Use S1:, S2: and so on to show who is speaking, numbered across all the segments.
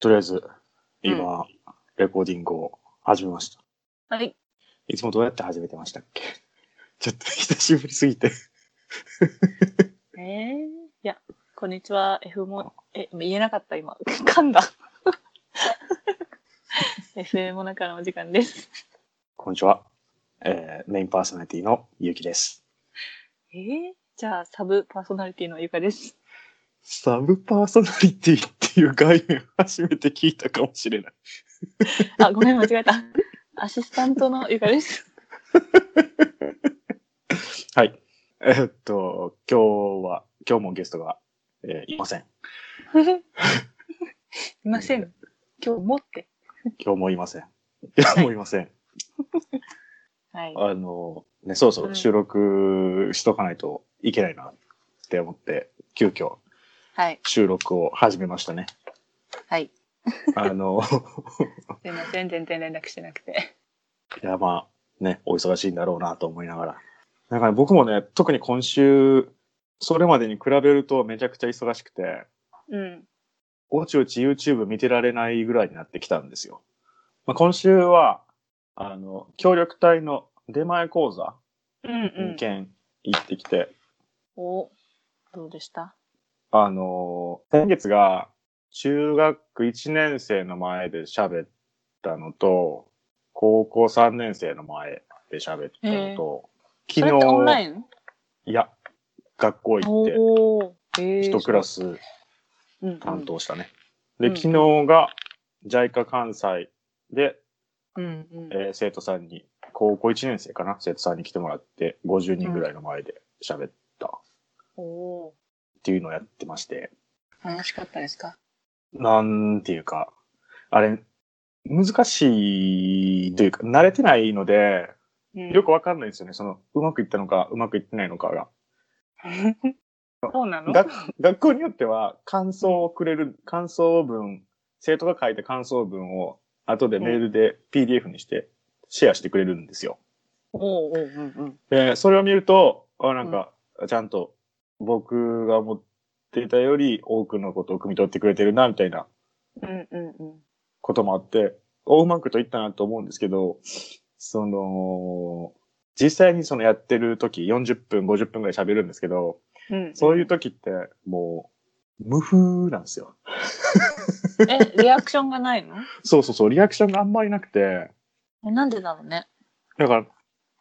S1: とりあえず、今、レコーディングを始めました。
S2: はい。
S1: いつもどうやって始めてましたっけ ちょっと久しぶりすぎて。
S2: ええいや、こんにちは。F も、え、言えなかった、今。 噛んだ。FM も中のお時間です。
S1: こんにちは。えー、メインパーソナリティのゆうきです。
S2: えー、じゃあ、サブパーソナリティのゆかです。
S1: サブパーソナリティっていう概念初めて聞いたかもしれない。
S2: あ、ごめん、間 違えた。アシスタントのゆかです。
S1: はい。えーっと、今日は、今日もゲストが、えーいません。
S2: いません。今日もって。
S1: 今日もいません。今日もいません。
S2: はい。
S1: あの、ね、そろそろ収録しとかないといけないなって思って、急遽
S2: はい。
S1: 収録を始めました ね。
S2: はい。
S1: あの、
S2: すいません。全然連絡してなくて。
S1: いや、まあ、ね、お忙しいんだろうなと思いながら。なんかね、僕もね、特に今週、それまでに比べるとめちゃくちゃ忙しくて、
S2: うん。
S1: おちおち YouTube 見てられないぐらいになってきたんですよ。まあ、今週は、あの、協力隊の出前講座
S2: うん
S1: に
S2: うん。
S1: 件行ってきて、
S2: お、どうでした
S1: あの、先月が中学1年生の前で喋ったのと、高校3年生の前で喋ったのと、
S2: それってオンライン
S1: いや、学校行って、
S2: おお。え
S1: 一クラス担当したね。
S2: うん
S1: で、昨日が JICA 関西で、
S2: うんうん。
S1: えー生徒さんに、高校1年生かな生徒さんに来てもらって、50人ぐらいの前で喋ったっ
S2: おお
S1: ていうのをやってまして、
S2: ー。楽しかったですか
S1: なんていうか、あれ、難しいというか、慣れてないので、
S2: うん
S1: よくわかんないんですよね。その、うまくいったのか、うまくいってないのかが。
S2: そうなの
S1: 学学校によっては感想をくれる、感想文、生徒が書いた感想文を後でメールで PDF にしてシェアしてくれるんですよ。
S2: おうおううんうん。
S1: で、それを見ると、あなんか、ちゃんと僕が思ってたより多くのことを汲み取ってくれてるな、みたいな
S2: うんうんうん。
S1: こともあって、おうまくといったなと思うんですけど、その、実際にそのやってる時、40分、50分ぐらい喋るんですけど、
S2: うん、
S1: そういう時って、もう、無風なんですよ。
S2: え、リアクションがないの
S1: そうそうそう、リアクションがあんまりなくて、
S2: え、なんでだろうね。
S1: だから、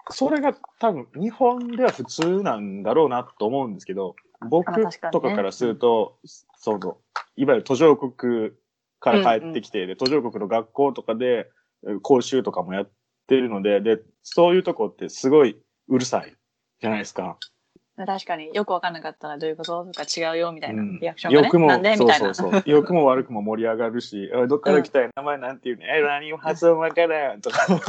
S1: それが多分、日本では普通なんだろうなと思うんですけど、僕
S2: あ確かにね
S1: とかからすると、その、いわゆる途上国から帰ってきて、で、途上国の学校とかで、え講習とかもやってるので、で、そういうとこってすごいうるさいじゃないですか。
S2: 確かによくわかんなかったらどういうこととか違うよみたいな、
S1: うん
S2: リアクションがね。
S1: 欲も
S2: なんでみたいな。
S1: そう そうそう。欲も悪くも盛り上がるし、あどっから来たい、名前なんていうね、え、何も発音わからんと か。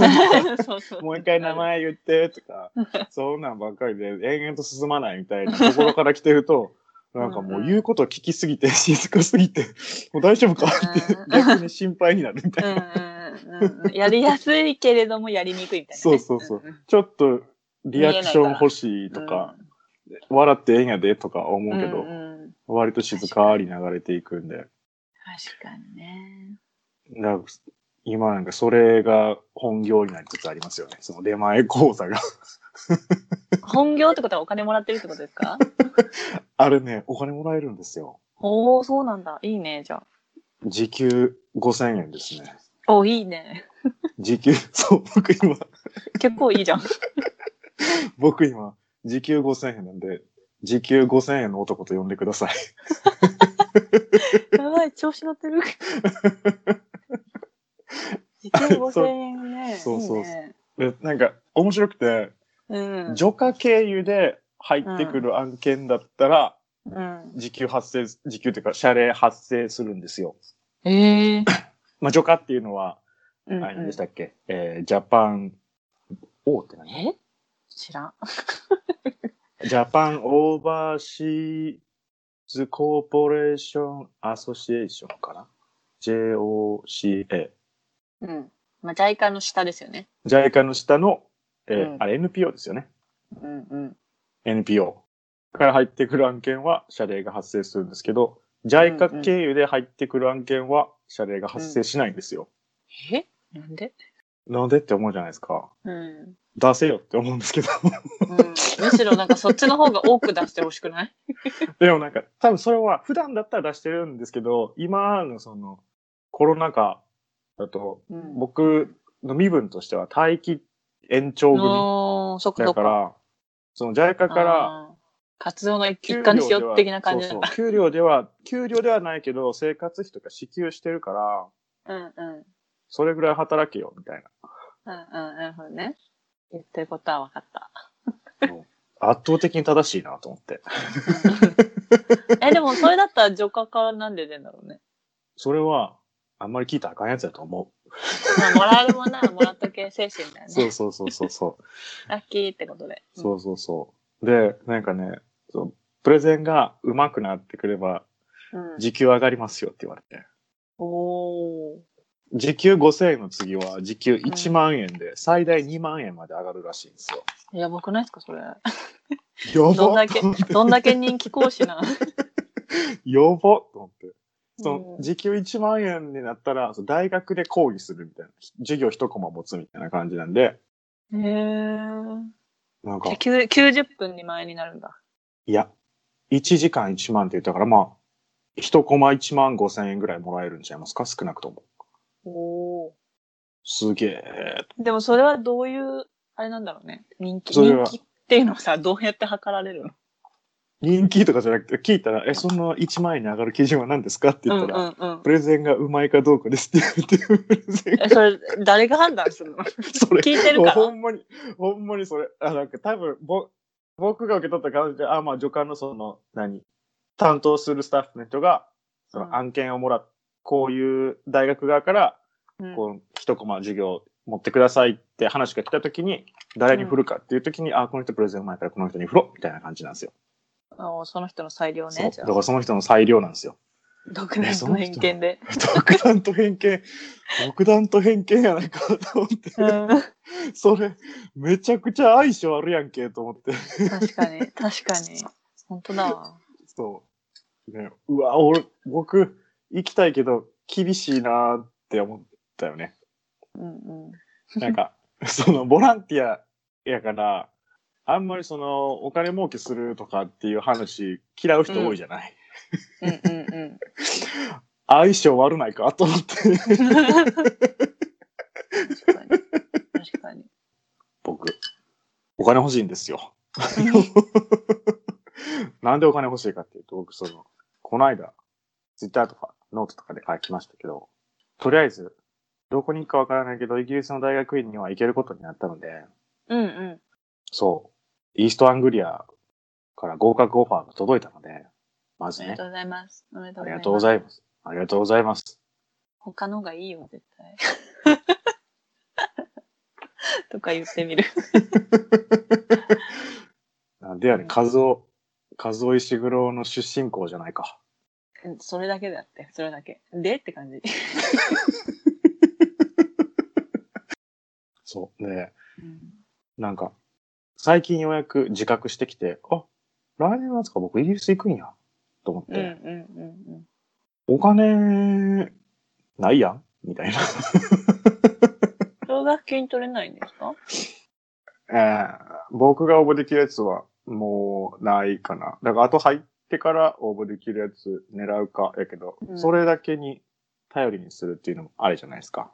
S2: そうそう
S1: もう一回名。前言ってと か、そんなんばっかりで延々と進まないみたいなところから来てると、なんかもう言うこと聞きすぎて、 静かすぎて、もう大丈夫かって
S2: うん
S1: 逆に心配になるみたい
S2: うん
S1: な。
S2: うんうんうん。やりやすいけれどもやりにくいみたいなね、
S1: そうそうそうちょっとリアクション欲しい
S2: うんう
S1: と
S2: ん。
S1: か、笑ってええんやでとか思
S2: う、
S1: うんけど
S2: う、んうん
S1: 割と静かに流れていくんで。
S2: 確かにね。
S1: なんか今なんかそれが本業になりつつありますよね。その出前講座が。
S2: 本業ってことはお金もらってるってことですか
S1: あれね、お金もらえるんですよ。
S2: おおそうなんだ。いいね、じゃあ。
S1: 時給5000円ですね。
S2: おいいね。
S1: 時給、 そう、僕今、
S2: 結構いいじゃん。
S1: 僕今、時給5000円なんで、時給5000円の男と呼んでください。
S2: やばい、調子乗ってる。時給5000円ね。
S1: そうそうそう
S2: いいね
S1: でなんか、面白くて、
S2: うん。
S1: 除下経由で入ってくる案件だったら、
S2: うん、
S1: 時給発生、時給というか、謝礼発生するんですよ。
S2: ええ
S1: まあ、除下っていうのは、あ
S2: うん
S1: れ
S2: う
S1: 何
S2: ん
S1: でしたっけ、えー、ジャパン、O って何
S2: え知らん。
S1: ジャパンオーバーシーズコーポレーションアソシエーションかな ?JOCA。
S2: うん。まあ、ジャイカの下ですよね。
S1: JICA の下の、えー
S2: うん
S1: あれ NPO ですよね。
S2: うんうん。
S1: NPO から入ってくる案件は謝礼が発生するんですけど、JICA 経由で入ってくる案件は謝礼が発生しないんですよ。
S2: えなんで
S1: なんでって思うじゃないですか。
S2: うん。
S1: 出せよって思うんですけど。
S2: うんむしろなんかそっちの方が多く出してほしくない
S1: でもなんか、多分それは普段だったら出してるんですけど、今のその、コロナ禍だと、
S2: うん。
S1: 僕の身分としては待機延長組
S2: おーそっかそ
S1: だ
S2: っ
S1: か
S2: か。
S1: ら、その JICA から、
S2: あー活動の一
S1: 給料
S2: 環にし
S1: で
S2: よう
S1: は
S2: 的な感じ
S1: そうそう給料では、給料ではないけど、生活費とか支給してるから、
S2: うんうん。
S1: それぐらい働けよ、みたい
S2: うんうん、なるほどね。言ってることは分かった。
S1: な。圧倒的に正しいなと思って。
S2: え、でもそれだったら除可化はなんで出んだろうね。
S1: それは、あんまり聞いたらあかんやつだと思
S2: まあ、もらえるものはもらっとけ精神だよ
S1: う。
S2: ね。
S1: そうそうそうそうそう。
S2: ラッキーってことで。。
S1: そううそうそう。で、なんかね、そうプレゼンが上手くなってくれば、
S2: うん、
S1: 時給上がりますよって言われて。
S2: おー。
S1: 時給5000円の次は、時給1万円で、最大2万円まで上がるらしいんです
S2: やばくないですかそれ。
S1: よ。や
S2: どん
S1: ばっ
S2: だけ、どんだけ人気講師な。
S1: やばっと思って。その
S2: うん
S1: 時給1万円になったら、その大学で講義するみたいな、授業一コマ持つみたいな感じなんで、
S2: へー。
S1: なんか
S2: じゃあ、きゅう90分に前になるんだ。
S1: いや、1時間1万って言ったから、まあ、一コマ1万5千円ぐらいもらえるんちゃいますか少なくとも。
S2: おー。
S1: すげえ。
S2: でもそれはどういう、あれなんだろうね。人気。
S1: それは
S2: 人気っていうのはさ、どうやって測られるの
S1: 人気とかじゃなくて、聞いたら、え、その1万円に上がる基準は何ですかって言ったら、
S2: うんうんうん
S1: プ。レゼンがうまいかどうかですって言われて、プレゼンが
S2: え、それ、誰が判断する の
S1: それ、
S2: 聞いてるから
S1: ほんまに、ほんまにそれ、あ、なんか多分、ぼ、僕が受け取った感じで、あ、まあ助官のその、何、担当するスタッフの人が、そ
S2: うん
S1: の案件をもらっこういう大学側から、
S2: うん
S1: こう、一コマ授業持ってくださいって話が来た時に、誰に振るかっていう時に、あ、この人プレゼンうまいからこの人に振ろうみたいな感じなんですよ。
S2: あおその人の裁量
S1: そう
S2: ね。じゃ
S1: だか
S2: あ
S1: らその人の裁量なんですよ。
S2: 独断と偏見で。
S1: 独断と偏見、独断と偏見やないかと思って、
S2: うん
S1: それ、めちゃくちゃ相性あるやんけと思って、
S2: 確か に、確かに。本当だわ。
S1: そう。ね、うわ、俺、僕、行きたいけど、厳しいなーって思ったよ ね。
S2: うんうん。
S1: なんか、その、ボランティアやから、あんまりその、お金儲けするとかっていう話、嫌う人多いじゃない。
S2: うんうん
S1: 相性悪ないかと思って、
S2: うん。確かに。確かに。
S1: 僕、お金欲しいんですよ。なんでお金欲しいかっていうと、僕その、この間、ツイッターとかノートとかで書きましたけど、とりあえず、どこに行くかわからないけど、イギリスの大学院には行けることになったので、
S2: うんう
S1: そう、イーストアングリアから合格オファーが届いたので、ま
S2: ん。お
S1: ず
S2: め
S1: ね
S2: でと、うございます。おめでと
S1: あ
S2: う
S1: りがとう
S2: ご
S1: ご
S2: ざい
S1: ざい
S2: ます。
S1: ます。ありがとうございます。
S2: 他のがいいよ、絶対。 とか言ってみる。
S1: なんでやね、
S2: うんん
S1: カズオ、カズオ石黒の出身校じゃないか。
S2: うんそれだけだって、それだけ。でって感じ。
S1: そう。ね
S2: うん
S1: なんか、最近ようやく自覚してきて、あ、来年の夏か僕イギリス行くんや、と思っ
S2: うん
S1: て、
S2: うんうんうん。
S1: お金、ないやんみたいな。
S2: 奨学金取れないんですか
S1: えー僕が応募できるやつは、もう、ないかな。だから、あと入ってから応募できるやつ狙うか、やけど、
S2: うん
S1: それだけに頼りにするっていうのもあれじゃないですか。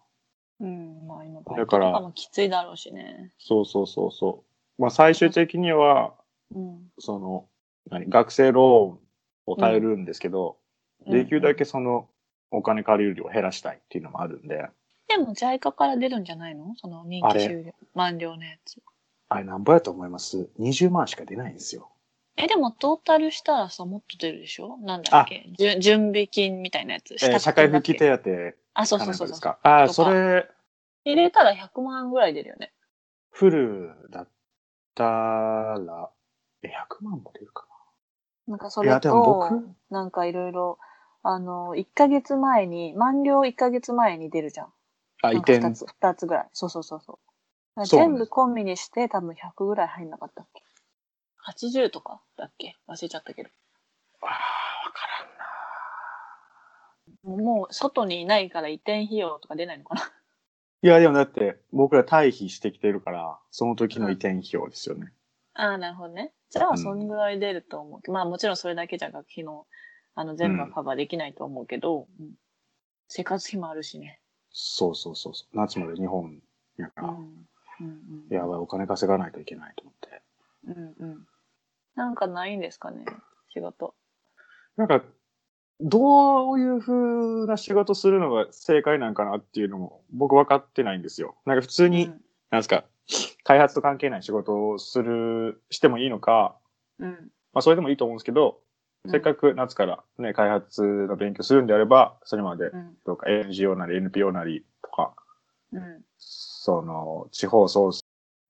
S2: うん、まあ今、バイ
S1: だ
S2: ト
S1: から
S2: とかもきついだろうしね。
S1: そうそうそうそう。まあ、最終的には、
S2: うん。
S1: その、何、学生ローンを頼るんですけど、できるだけそのお金借りる量を減らしたいっていうのもあるんで、
S2: でも JICA から出るんじゃないのその任
S1: あ
S2: 期
S1: れ
S2: 終了満了のやつ。
S1: あれなんぼやと思います ?20 万しか出ないんですよ。
S2: え、でもトータルしたらさ、もっと出るでしょなんだっけじゅ準備金みたいなやつ。
S1: えー社会復帰
S2: 当。
S1: 手当
S2: あ、そう
S1: かな
S2: そうんそ
S1: か
S2: う
S1: です
S2: そう。
S1: かああ、
S2: とか
S1: それ、
S2: 入れたら100万ぐらい出るよね。
S1: フルだったら、え、100万も出るか
S2: なんかそ
S1: い
S2: れ
S1: やでも
S2: と、なんかいろいろ、あの、1ヶ月前に、満了1ヶ月前に出るじゃん。
S1: なあ、移
S2: なんか
S1: 転。
S2: 2つ、二つぐらい。そうそうそうそう。だか
S1: そう
S2: ら
S1: なん
S2: 全
S1: です
S2: 部コンビにして多分100ぐらい入んなかったっけ ?80 とかだっけ忘れちゃったけど。
S1: ああ、わからんな。
S2: もう外にいないから移転費用とか出ないのかな。
S1: いや、でもだって、僕ら退避してきてるから、その時の移転費用ですよね。
S2: ああ、なるほどね。じゃ
S1: う
S2: あ、
S1: ん
S2: そんぐらい出ると思うけど、まあもちろんそれだけじゃ学費の、あの、全部はカバーできないと思うけど、うん生活費もあるしね。
S1: そうそうそうそう。夏まで日本やか
S2: うん。
S1: ら、
S2: うんうん、
S1: やばい、お金稼がないといけないと思って。
S2: うんうん。なんかないんですかね、仕事。
S1: なんか、どういう風な仕事するのが正解なんかなっていうのも僕分かってないんですよ。なんか普通に、なんですか、開発と関係ない仕事をする、してもいいのか、
S2: うん。うん。
S1: まあそれでもいいと思うんですけど、せっかく夏からね、開発の勉強するんであれば、それまで
S2: うん。
S1: とか NGO なり NPO なりとか、
S2: うん。
S1: その地方創生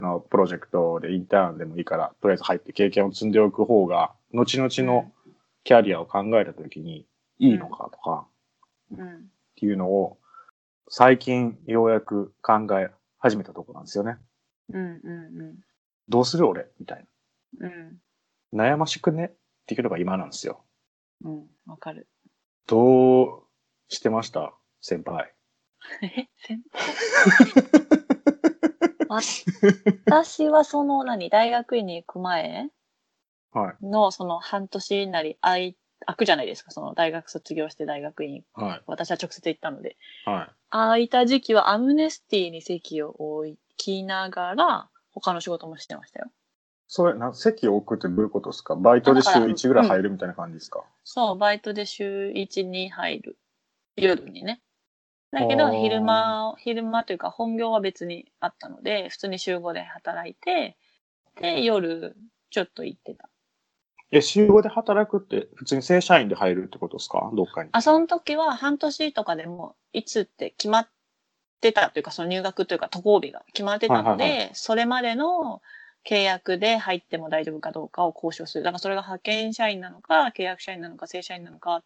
S1: のプロジェクトでインターンでもいいから、とりあえず入って経験を積んでおく方が、後々のキャリアを考えたときにいいのかとか
S2: うん。
S1: っていうのを、最近ようやく考え始めたとこなんですよね。
S2: うん。うん。
S1: どうする俺みたい
S2: うん。うん。
S1: な。悩ましくねっていうのが今なんですよ。
S2: うん。わかる。
S1: どうしてました先輩。
S2: え先 輩私はその何大学院に行く前
S1: はい。
S2: のその半年なりあい空くじゃないですかその大学卒業して大学院
S1: は
S2: 私は直接行ったので
S1: い。はい。
S2: 空いた時期はアムネスティに席を置きながら他の仕事もしてましたよ
S1: それ、な、席を置くってどういうことですかバイトで週1ぐらい入るみたいな感じですか、
S2: そうバイトで週12入る夜にねだけ
S1: あ
S2: ど
S1: ー
S2: 昼間昼間というか本業は別にあったので普通に週5で働いてで夜ちょっと行ってた
S1: え、週5で働くって、普通に正社員で入るってことですかどっかに。
S2: あ、その時は半年とかでも、いつって決まってたというか、その入学というか渡航日が決まってたので、
S1: はいは
S2: それまでの契約で入っても大丈夫かどうかを交渉する。だからそれが派遣社員なのか、契約社員なのか、正社員なのか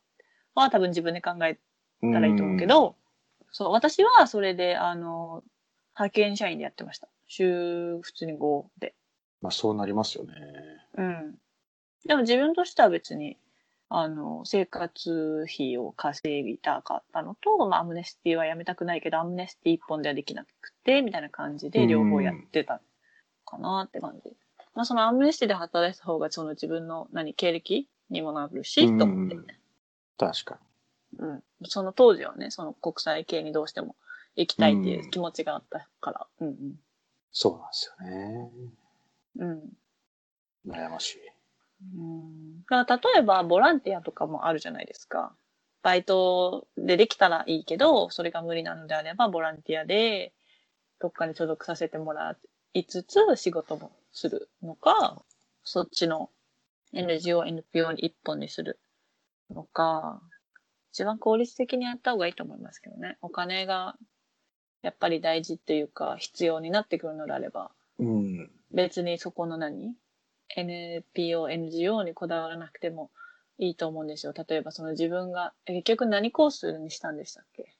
S2: は多分自分で考え
S1: うん
S2: たらいいと思うけ。ど、そう、私はそれで、あの、派遣社員でやってました。週、普通に5で。
S1: まあそうなりますよね。
S2: うん。でも自分としては別に、あの、生活費を稼ぎたかったのと、まあ、アムネスティはやめたくないけど、アムネスティ一本ではできなくて、みたいな感じ
S1: う
S2: で
S1: ん
S2: 両方やってたかなって感じ。まあ、そのアムネスティで働いてた方が、その自分の何、経歴にもなるし、と思って
S1: う。ん確か
S2: うん。その当時はね、その国際系にどうしても行きたいっていう気持ちがあったから、うん
S1: に。そうなんですよね。
S2: うん。うん。
S1: 悩ましい。
S2: だから例えばボランティアとかもあるじゃないですか。バイトでできたらいいけど、それが無理なのであれば、ボランティアでどっかに所属させてもらいつつ仕事もするのか、そっちの NGO、NPO に一本にするのか、一番効率的にやった方がいいと思いますけどね。お金がやっぱり大事っていうか、必要になってくるのであれば、
S1: うん。
S2: 別にそこの何 ?NPO、NGO にこだわらなくてもいいと思うんですよ。例えばその自分が、え結局何コースにしたんでしたっけ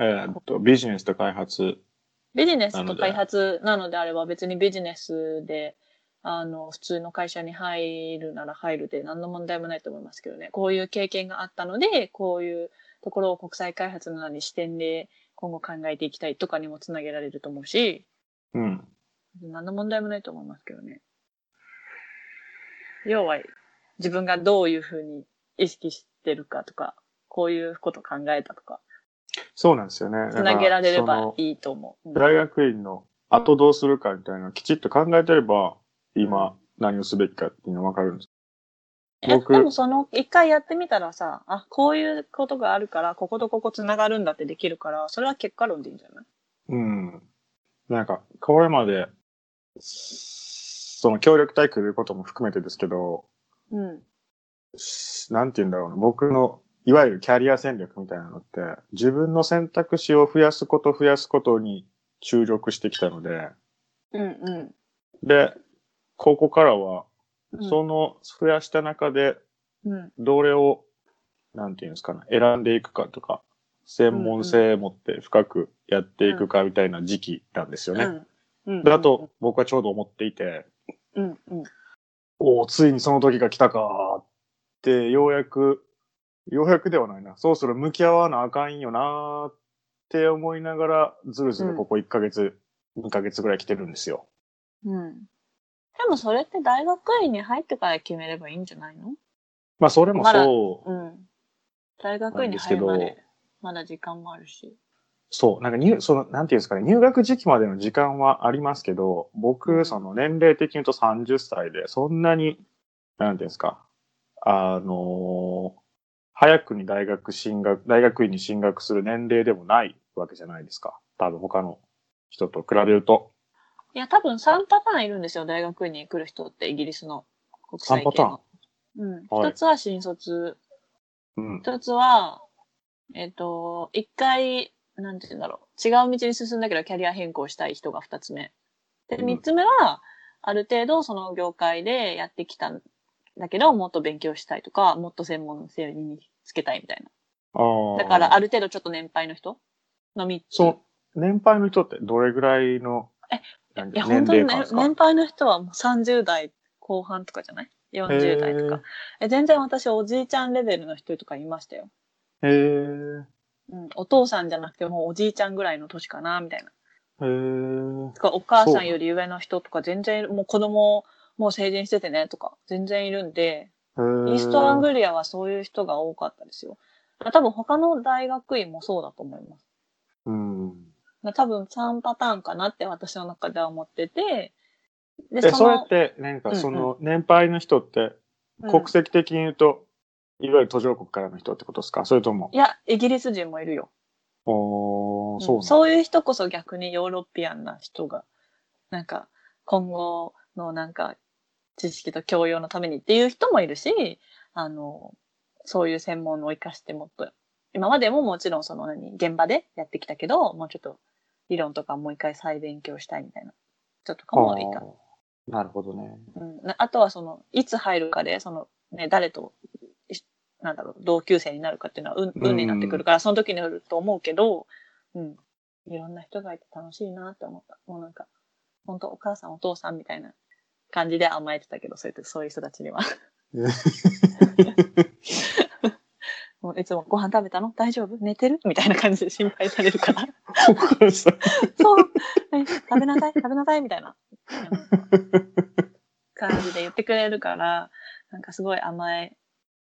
S1: えーっと、ビジネスと開発。
S2: ビジネス
S1: なの
S2: と
S1: で
S2: 開発なのであれば別にビジネスで、あの、普通の会社に入るなら入るで何の問題もないと思いますけどね。こういう経験があったので、こういうところを国際開発のなり視点で今後考えていきたいとかにもつなげられると思うし、
S1: うん。
S2: 何の問題もないと思いますけどね。要は、自分がどういうふうに意識してるかとか、こういうこと考えたとか、
S1: そうなんですよね。
S2: つなげられれ
S1: だから
S2: ば
S1: その
S2: いいと思う。
S1: 大学院の後どうするかみたいなのをきちっと考えてれば、今何をすべきかっていうのがわかるんです。
S2: え
S1: 僕
S2: でもその、一回やってみたらさ、あ、こういうことがあるから、こことここつながるんだってできるから、それは結果論でいいんじゃない
S1: うん。なんか、これまで、その協力体育ということも含めてですけど、
S2: うん。
S1: なんて言うんだろうな、僕の、いわゆるキャリア戦略みたいなのって、自分の選択肢を増やすこと増やすことに注力してきたので、
S2: うん
S1: で、ここからは、
S2: うん。
S1: その増やした中で、
S2: うん。うん。
S1: どれを、なんていうんですかね、選んでいくかとか、専門性持って深くやっていくかみたいな時期なんですよね。
S2: うん。
S1: だと、僕はちょうど思っていて、
S2: うん、うん。
S1: おお、ついにその時が来たかーって、ようやくようやくではないな。そろそろ向き合わなあかんよなーって思いながら、ずるずるここ1ヶ月、2ヶ月ぐらい来てるんですよ。
S2: うん。でもそれって大学院に入ってから決めればいいんじゃないの
S1: まあ、それもそう、
S2: うん。大学院に入るまで、まだ時間もあるし。
S1: そう、なんか入、その、なんていうんですかね、入学時期までの時間はありますけど、僕、その年齢的に言うと30歳で、そんなに、なんていうんですか、あのー早くに大学進学、大学院に進学する年齢でもないわけじゃないですか。多分他の人と比べると。
S2: いや、多分3パターンいるんですよ、大学院に来る人って、イギリスの国際系の。
S1: 三パ
S2: うん。
S1: はい
S2: 一つは新卒、
S1: うん。
S2: 一つは、えっ、と、一回、なんて言うんだろう。違う道に進んだけど、キャリア変更したい人が二つ目。で、
S1: うん
S2: 三つ目は、ある程度その業界でやってきたんだけど、もっと勉強したいとか、もっと専門性につけたいみたい
S1: あ
S2: な。
S1: あ。
S2: だから、ある程度ちょっと年配の人の三つ。
S1: そう、年配の人ってどれぐらいの、なん
S2: いや、
S1: か
S2: 本当にね
S1: ですか
S2: 年配の人はもう30代後半とかじゃない ?40 代とか。え、全然私、おじいちゃんレベルの人とかいましたよ。
S1: へえ。へ
S2: うん、お父さんじゃなくてもうおじいちゃんぐらいの年かな、みたいな。
S1: え。へえ。
S2: とかお母さんより上の人とか全然いるもう子供もう成人しててねとか全然いるんで、イーストアングリアはそういう人が多かったですよ。多分他の大学院もそうだと思います。
S1: うん。
S2: 多分3パターンかなって私の中では思ってて、で
S1: え、それ
S2: の
S1: って、なん
S2: うん
S1: か
S2: うん
S1: その、年配の人って、
S2: うん
S1: 国籍的に言うと、いわゆる途上国からの人ってことですかそれとも
S2: い、や、イギリス人もいるよ。
S1: おー、
S2: うん
S1: そうなんだ
S2: そういう人こそ逆にヨーロピアンな人が、なんか、今後のなんか、知識と教養のためにっていう人もいるし、あの、そういう専門を活かしてもっと、今までももちろんその何、現場でやってきたけど、もうちょっと理論とかもう一回再勉強したいみたいな人とかもいた。
S1: あーなるほどね。
S2: うん、なあとはその、いつ入るかで、その、ね、誰と、いなんだろう、同級生になるかっていうのは運運になってくるから、その時によると思うけど、うん。いろんな人がいて楽しいなって思った。もうなんか、本当お母さんお父さんみたいな感じで甘えてたけど、そういう、そういう人たちには。 もういつもご飯食べたの大丈夫寝てるみたいな感じで心配されるから。
S1: お母さん
S2: そう。え食べなさい、食べなさい、みたいな。感じで言ってくれるから、なんかすごい甘え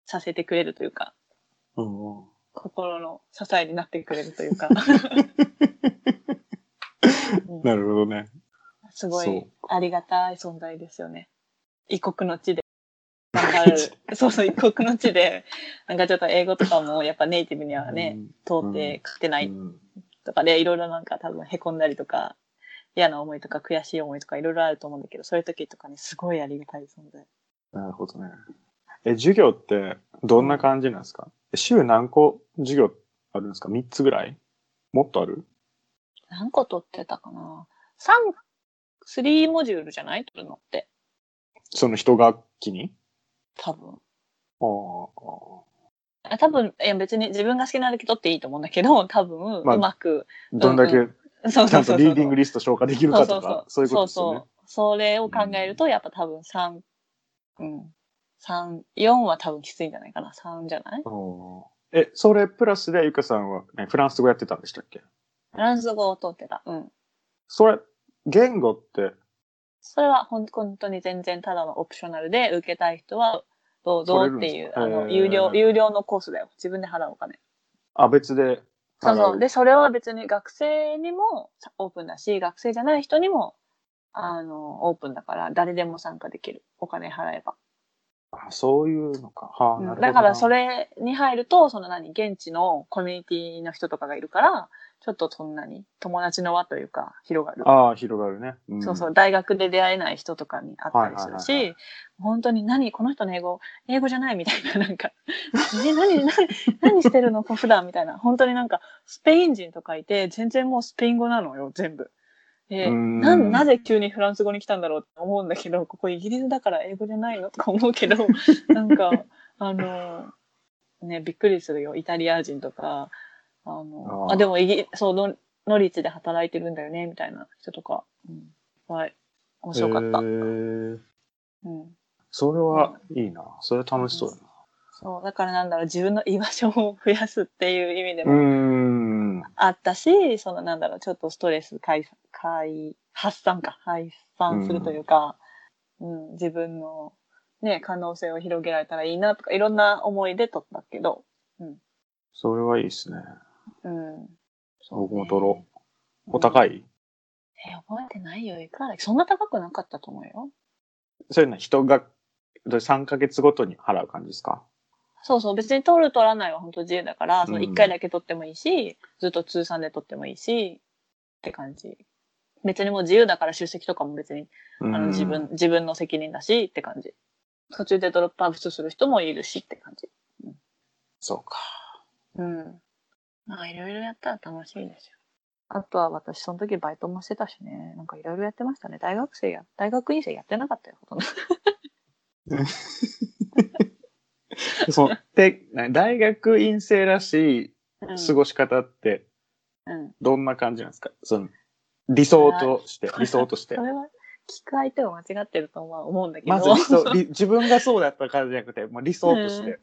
S2: させてくれるというか、
S1: うんうん
S2: 心の支えになってくれるとい うか。うん
S1: なるほどね。
S2: すご
S1: そう
S2: いありがたい存在ですよね。異国の地で。頑張る。そうそう、異国の地で。なんかちょっと英語とかもやっぱネイティブにはね、通って勝てな
S1: うん。
S2: いうとかで、いろいろなんか多分へこんだりとか、嫌な思いとか悔しい思いとかいろいろあると思うんだけど、そういう時とかにすごいありがたい存在。
S1: んなるほどね。え、授業ってどんな感じなんですか週何個授業あるんですか ?3 つぐらいもっとある
S2: 何個取ってたかな三3モジュールじゃない取るのって、
S1: その一学期に
S2: 多分。
S1: あー
S2: あ多分、いや別に自分が好きなだけ取っていいと思うんだけど、 多分、
S1: まあ
S2: うまく、
S1: どんだ
S2: う
S1: け
S2: そう
S1: ちゃ
S2: そ
S1: ん
S2: うそ
S1: と
S2: う。
S1: リーディングリスト消化できるかとか、そういうことですよね
S2: そう。そう。それを考えると、やっぱ多分3、うん。三4は多分きついんじゃないかな。3じゃない
S1: おーえ、それプラスでゆかさんは、ね、フランス語やってたんでしたっけ
S2: フランス語を取ってた。うん。
S1: それ、言語って、
S2: それは本本当に全然ただのオプショナルで、受けたい人はどうぞっていう、あ
S1: 取れるんで
S2: の、
S1: すかへー
S2: 有料、有料のコースだよ。自分で払うお金。
S1: あ、別で
S2: そ
S1: 払
S2: う
S1: う。
S2: そう。で、それは別に学生にもさオープンだし、学生じゃない人にも、あの、オープンだから、誰でも参加できる。お金払えば。
S1: あそういうのか。はあ、なるほどな。
S2: だからそれに入ると、その何、現地のコミュニティの人とかがいるから、ちょっとそんなに友達の輪というか広がる。
S1: ああ、広がるね。ん
S2: そうそう、。大学で出会えない人とかに会ったりす
S1: はい
S2: る
S1: はい
S2: し、本当に何、この人の英語、英語じゃないみたいな、なんか、 え、何、何、何してるの こう普段みたいな。本当になんか、スペイン人とかいて、全然もうスペイン語なのよ、全部。で、
S1: うーん
S2: なん、なぜ急にフランス語に来たんだろうって思うんだけど、ここイギリスだから英語じゃないのとか思う けど、なんか、あの、ね、びっくりするよ。イタリア人とか、あの、
S1: あー
S2: あでもイギリ、そう、ノノリッチで働いてるんだよね、みたいな人とか。うん、はい。面白かった。
S1: へー
S2: うん。
S1: それはいいな。それ楽しそうだな。
S2: そう、だからなんだろう、自分の居場所を増やすっていう意味で
S1: うーん。
S2: もあったし、そのなんだろう、ちょっとストレス解散、解、発散か、排散するというか、うん、自分のね、可能性を広げられたらいいなとか、いろんな思いで撮ったけど、
S1: それはいいですね。
S2: うん。
S1: 僕も撮ろう。お高い
S2: え、覚えてないよ。いくらだっけそんな高くなかったと思うよ。
S1: そういうのは人が、3ヶ月ごとに払う感じですか
S2: そうそう、別に取る取らないは本当自由だから、その
S1: うん
S2: 1回だけ取ってもいいし、ずっと通算で取ってもいいし、って感じ。別にもう自由だから出席とかも別に、
S1: あ
S2: あの自分、。自分の責任だし、って感じ。途中でドロップアウトする人もいるし、って感じ。
S1: そうか。
S2: うん。まあ、いろいろやったら楽しいですよ。あとは私、その時バイトもしてたしね、なんかいろいろやってましたね。大学生や、大学院生やってなかったよ、ほとんど。
S1: そう。で、な大学院生らし
S2: う
S1: い
S2: ん
S1: 過ごし方って
S2: うん。
S1: どんな感じなんですか、その、理想として、理想として
S2: そ。れは聞く相手を間違ってるとは思うんだけど。
S1: まず理 想、理自分がそうだったからじゃなくて、もう理想として。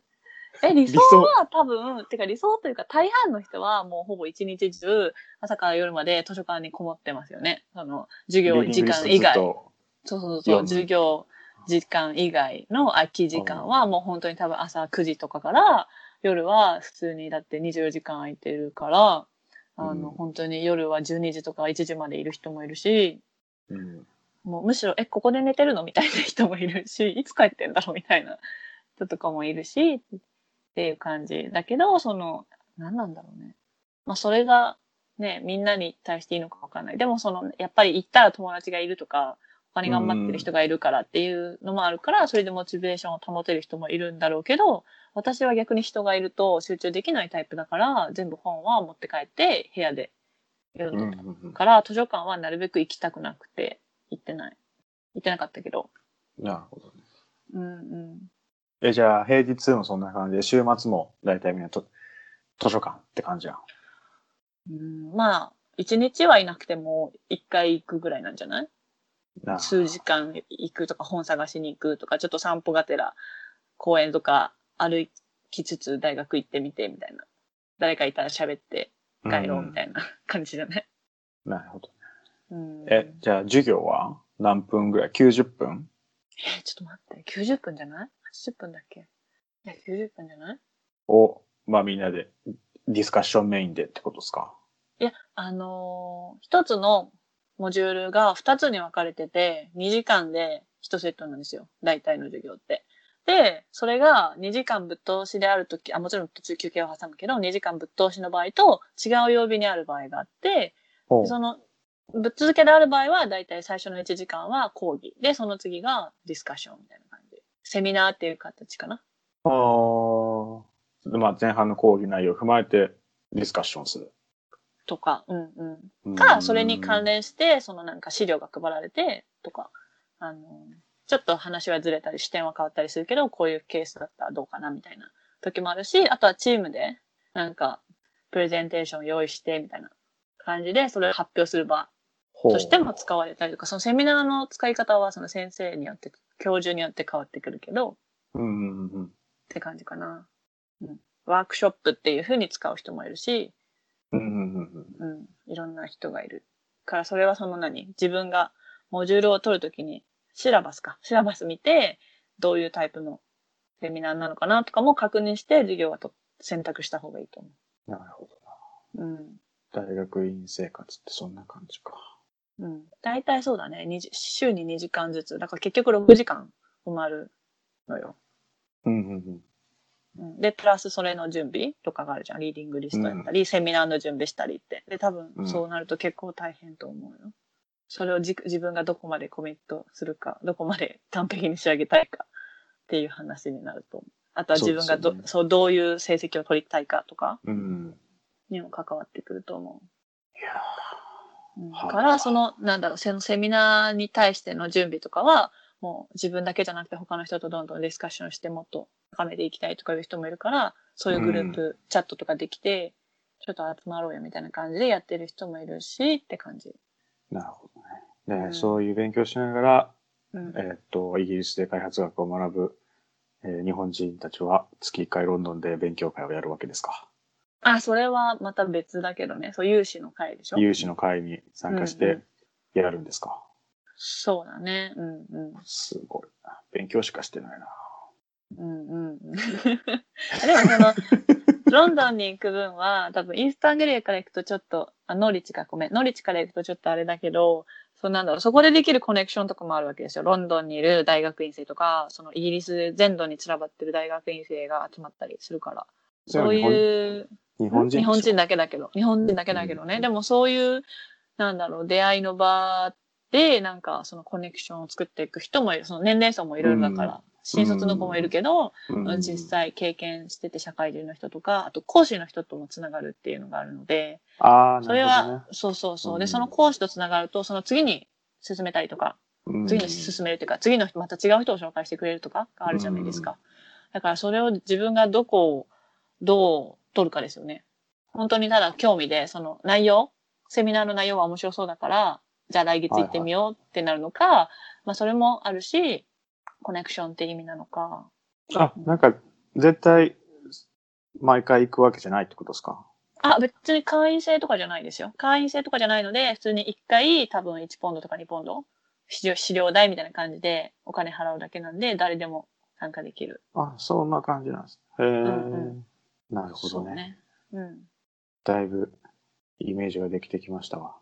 S2: え、理想
S1: 理想
S2: は多分、てか理想というか大半の人はもうほぼ一日中、朝から夜まで図書館にこもってますよね。その、授業
S1: リーディング
S2: 時間
S1: リ
S2: 以
S1: ストずっ
S2: 外。
S1: と
S2: そうそうそう、
S1: 読む
S2: 授業時間以外の空き時間はもう本当に多分朝9時とかから、夜は普通にだって24時間空いてるから、あの、
S1: うん
S2: 本当に夜は12時とか1時までいる人もいるし、
S1: うん
S2: もうむしろ、え、ここで寝てるのみたいな人もいるし、 いつ帰ってんだろうみたいな人とかもいるし、っていう感じだけど、その、何なんだろうね。まあ、それが、ね、みんなに対していいのかわかんない。でも、その、やっぱり行ったら友達がいるとか、他に頑張ってる人がいるからっていうのもあるから、それでモチベーションを保てる人もいるんだろうけど、私は逆に人がいると集中できないタイプだから、全部本は持って帰って部屋で読ん
S1: うん
S2: で
S1: う
S2: た。
S1: んうん
S2: から図書館はなるべく行きたくなくて行ってない行ってなかったけど
S1: なるほどね。
S2: うんうん
S1: え、じゃあ、平日もそんな感じで、週末も大体みんなと図書館って感じやん。
S2: うんまあ一日はいなくても一回行くぐらいなんじゃない
S1: な
S2: 数時間行くとか本探しに行くとかちょっと散歩がてら公園とか歩きつつ大学行ってみてみたいな誰かいたら喋って帰ろうみた
S1: い
S2: いな感じだね、
S1: な。なるほど。
S2: うん、
S1: え、じゃあ、授業は何分ぐらい ?90 分
S2: えちょっと待って90分じゃない ?80 分だっけいや90分じゃない
S1: を、まあみんなでディスカッションメインでってことですか
S2: いや、あのー一つのモジュールが二つに分かれてて、2時間で一セットなんですよ。大体の授業って。で、それが2時間ぶっ通しであるとき、あ、もちろん途中休憩を挟むけど、2時間ぶっ通しの場合と違う曜日にある場合があって、
S1: ほ
S2: でその、ぶっ続けである場合は、大体最初の1時間は講義。で、その次がディスカッションみたいな感じ。セミナーっていう形かな。
S1: う。あーでまあ前半の講義内容を踏まえてディスカッションする。
S2: とか、うんうん。
S1: うん
S2: か、それに関。連して、そのなんか資料が配られて、とか、あの、ちょっと話はずれたり、視点は変わったりするけど、こういうケースだったらどうかな、みたいな時もあるし、あとはチームで、なんか、プレゼンテーション用意して、みたいな感じで、それを発表する場
S1: ほう
S2: としても使われたりとか、そのセミナーの使い方は、その先生によって、教授によって変わってくるけど、
S1: うんうんうん。
S2: って感じかな。うん。ワークショップっていう風に使う人もいるし、
S1: うんうんうんうん。
S2: うん、いろんな人がいる。からそれはその何自分がモジュールを取るときにシラバスか。シラバス見て、どういうタイプのセミナーなのかなとかも確認して授業はと選択した方がいいと思
S1: なるほ
S2: う。うん。
S1: どな。大学院生活ってそんな感じか。
S2: うん。大体そうだね。20週に2時間ずつ。だから結局6時間埋まるのよ。
S1: うんうんうん。
S2: うん、で、プラスそれの準備とかがあるじゃん。リーディングリストやったり、セミナーの準備したりって。で、多分
S1: うん
S2: そうなると結構大変と思うよ。それをじ自分がどこまでコミットするか、どこまで完璧に仕上げたいかっていう話になると思う。あとは自分が
S1: そ
S2: ど
S1: う
S2: そう,、
S1: ですよね
S2: どういう成績を取りたいかとか
S1: うん。
S2: にも関わってくると思
S1: いや
S2: う。うん、
S1: はい
S2: から、その、なんだろう、そのセミナーに対しての準備とかは、もう自分だけじゃなくて他の人とどんどんディスカッションしてもっと高めていきたいとかいう人もいるから、そういうグループチャットとかできて、ちょっと集まろうよみたいな感じでやってる人もいるし、って感じ。
S1: ーなるほどね。で、
S2: うん
S1: そういう勉強しながら、
S2: うん
S1: えーっと、イギリスで開発学を学ぶ、えー日本人たちは月1回ロンドンで勉強会をやるわけですか。
S2: あ、それはまた別だけどね。そう、有志の会でしょ
S1: 有志の会に参加し
S2: うん
S1: て
S2: う
S1: やるんですか。
S2: そうだね。うんうん。
S1: すごいな。勉強しかしてないな。
S2: うんうん。でもそ の、ロンドンに行く分は、多分イースタングリアから行くとちょっと、あ、ノーリッチか、ごめん、ノーリッチから行くとちょっとあれだけど、そうなんだろう、そこでできるコネクションとかもあるわけですよ。ロンドンにいる大学院生とか、そのイギリス全土に散らばってる大学院生が集まったりするから、そう
S1: う。
S2: いう、
S1: 日本人。
S2: 日本人だけだけど、日本人だけだけどね、
S1: うん
S2: でもそういう、なんだろう、出会いの場で、なんかそのコネクションを作っていく人もいる、その年齢層もいろいろだから、
S1: う
S2: 新卒の子もいるけど、
S1: うん
S2: 実際経験してて社会人の人とか、あと講師の人ともつながるっていうのがあるので、
S1: ああ、
S2: それ
S1: なる
S2: は、そうそうそう。
S1: う
S2: で、
S1: ん
S2: その講師とつながると、その次に進めたりとか、
S1: ほどね。
S2: 次に進めるというか、次のまた違う人を紹介してくれるとかがあるじゃないですか。だからそれを自分がどこをどう取るかですよね。本当にただ興味で、その内容、セミナーの内容が面白そうだから、じゃあ来月行ってみようってなるのか、まあそれもあるし、コネクションって意味なのか、
S1: うんあ、なんか、絶対、毎回行くわけじゃないってことですか。
S2: あ、別に会員制とかじゃないですよ。会員制とかじゃないので、普通に1回多分1ポンドとか2ポンド、資料資料代みたいな感じでお金払うだけなんで、誰でも参加できる。
S1: あ、そんな感じなんです。へえ、
S2: んう
S1: なるほどね
S2: そうね。うん。
S1: だいぶ、イメージができてきましたわ。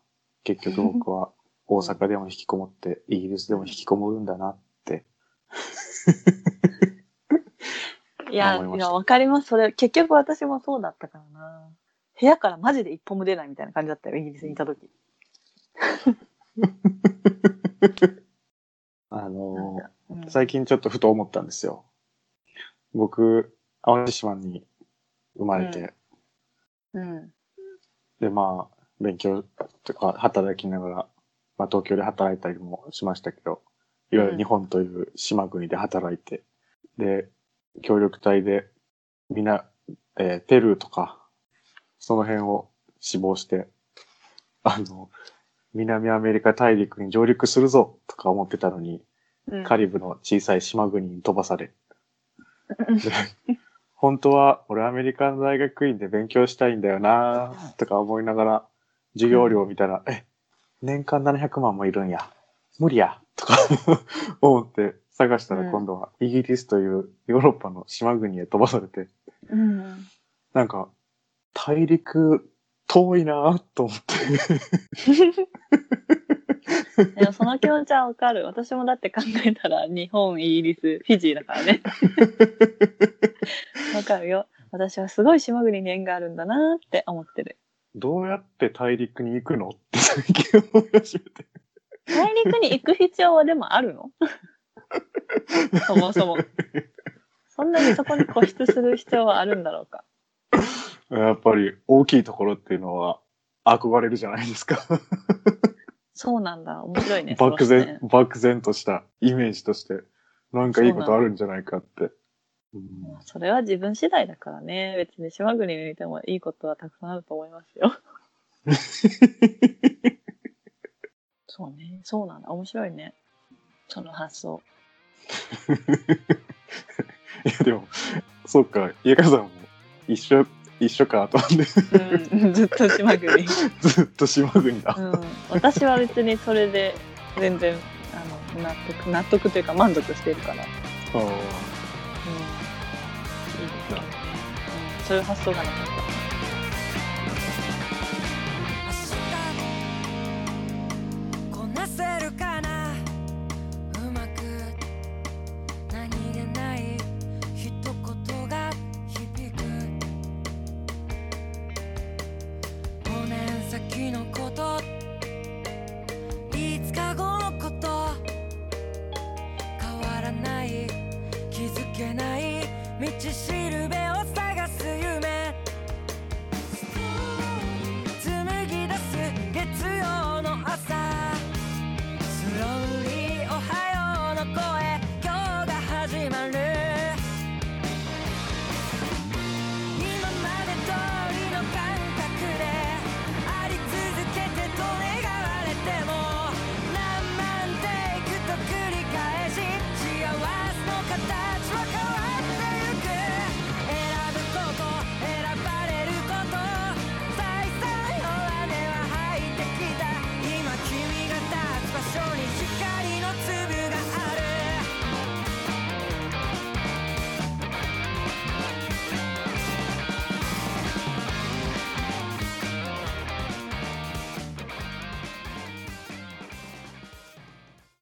S1: 結局僕は、大阪でも引きこもって、イギリスでも引きこもるんだな。
S2: いや、
S1: 思いま
S2: い
S1: した
S2: や、わかります。それ、結局私もそうだったからな。部屋からマジで一歩も出ないみたいな感じだったよ、イギリスにいた時。
S1: あのー
S2: うん
S1: 最近ちょっとふと思ったんですよ。僕、淡路島に生まれて、
S2: うんうん。
S1: で、まあ、勉強とか働きながら、まあ、東京で働いたりもしましたけど、いわゆる日本という島国で働いて、で、協力隊で、みんな、えーペルーとか、その辺を志望して、あの、南アメリカ大陸に上陸するぞとか思ってたのに、
S2: うん
S1: カリブの小さい島国に飛ばされ
S2: うん。
S1: で本当は俺アメリカの大学院で勉強したいんだよなとか思いながら授業料を見たら、え、年間700万もいるんや。無理やとか思って探した
S2: う
S1: ら
S2: ん
S1: 今度はイギリスというヨーロッパの島国へ飛ばされて、
S2: うん。
S1: なんか大陸遠いなと思って。
S2: でもその気持ちはわかる。私もだって考えたら、日本、イギリス、フィジーだか らね。わかるよ。私はすごい島国に縁があるんだなって思ってる。
S1: どうやって大陸に行くのって最近思い始めて。
S2: 大陸に行く必要はでも あるのそもそも。そんなにそこに固執する必要はあるんだろうか。
S1: やっぱり大きいところっていうのは憧れるじゃないですか。
S2: そうなんだ。面白いね。
S1: 漠
S2: その
S1: 然
S2: 視、
S1: 漠然としたイメージとして、なんかいいことあるんじゃないかって。うん
S2: 点それは自分次第だからね。別に島国にいてもいいことはたくさんあると思います よ。そうね。そうなんだ。面白いね。その発想。
S1: いや、でも、そうか、家川さんも一緒、一緒かと思って、
S2: うん。 ずっと島国。
S1: ずっと島国だ。
S2: うん、私は別にそれで全然あの納得納得というか満足しているから、うん、いい
S1: あー
S2: ですね、うん、そういう発想がなかった。